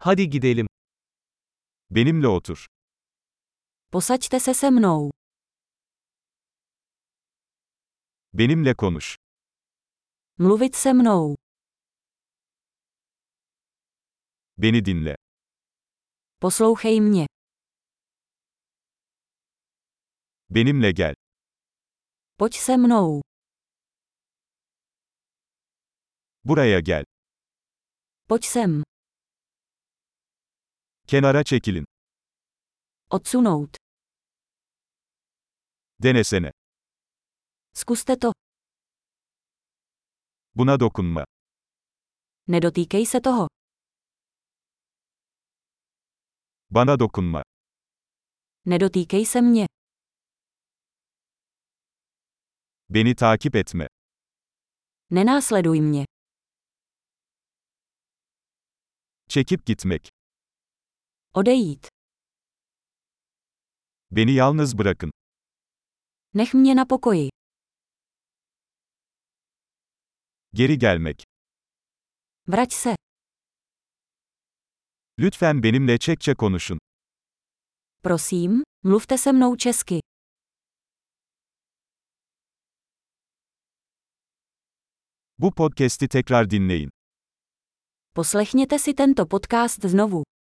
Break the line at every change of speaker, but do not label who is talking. Hadi gidelim. Benimle otur.
Posaďte se se mnou.
Benimle konuş.
Mluvit se mnou.
Beni dinle.
Poslouchej mě.
Benimle gel.
Pojď se mnou.
Buraya gel.
Pojď sem.
Kenara çekilin.
Odsunout.
Denesene.
Zkuste to.
Buna dokunma.
Nedotýkej se toho.
Bana dokunma.
Nedotýkej se mě.
Beni takip etme.
Nenásleduj mě.
Çekip gitmek.
Odejít.
Beni yalnız bırakın.
Nech mě na pokoji.
Geri gelmek.
Vrať se.
Lütfen benimle Çekçe konuşun.
Prosím, mluvte se mnou česky.
Bu podcast'i tekrar dinleyin.
Poslechněte si tento podcast znovu.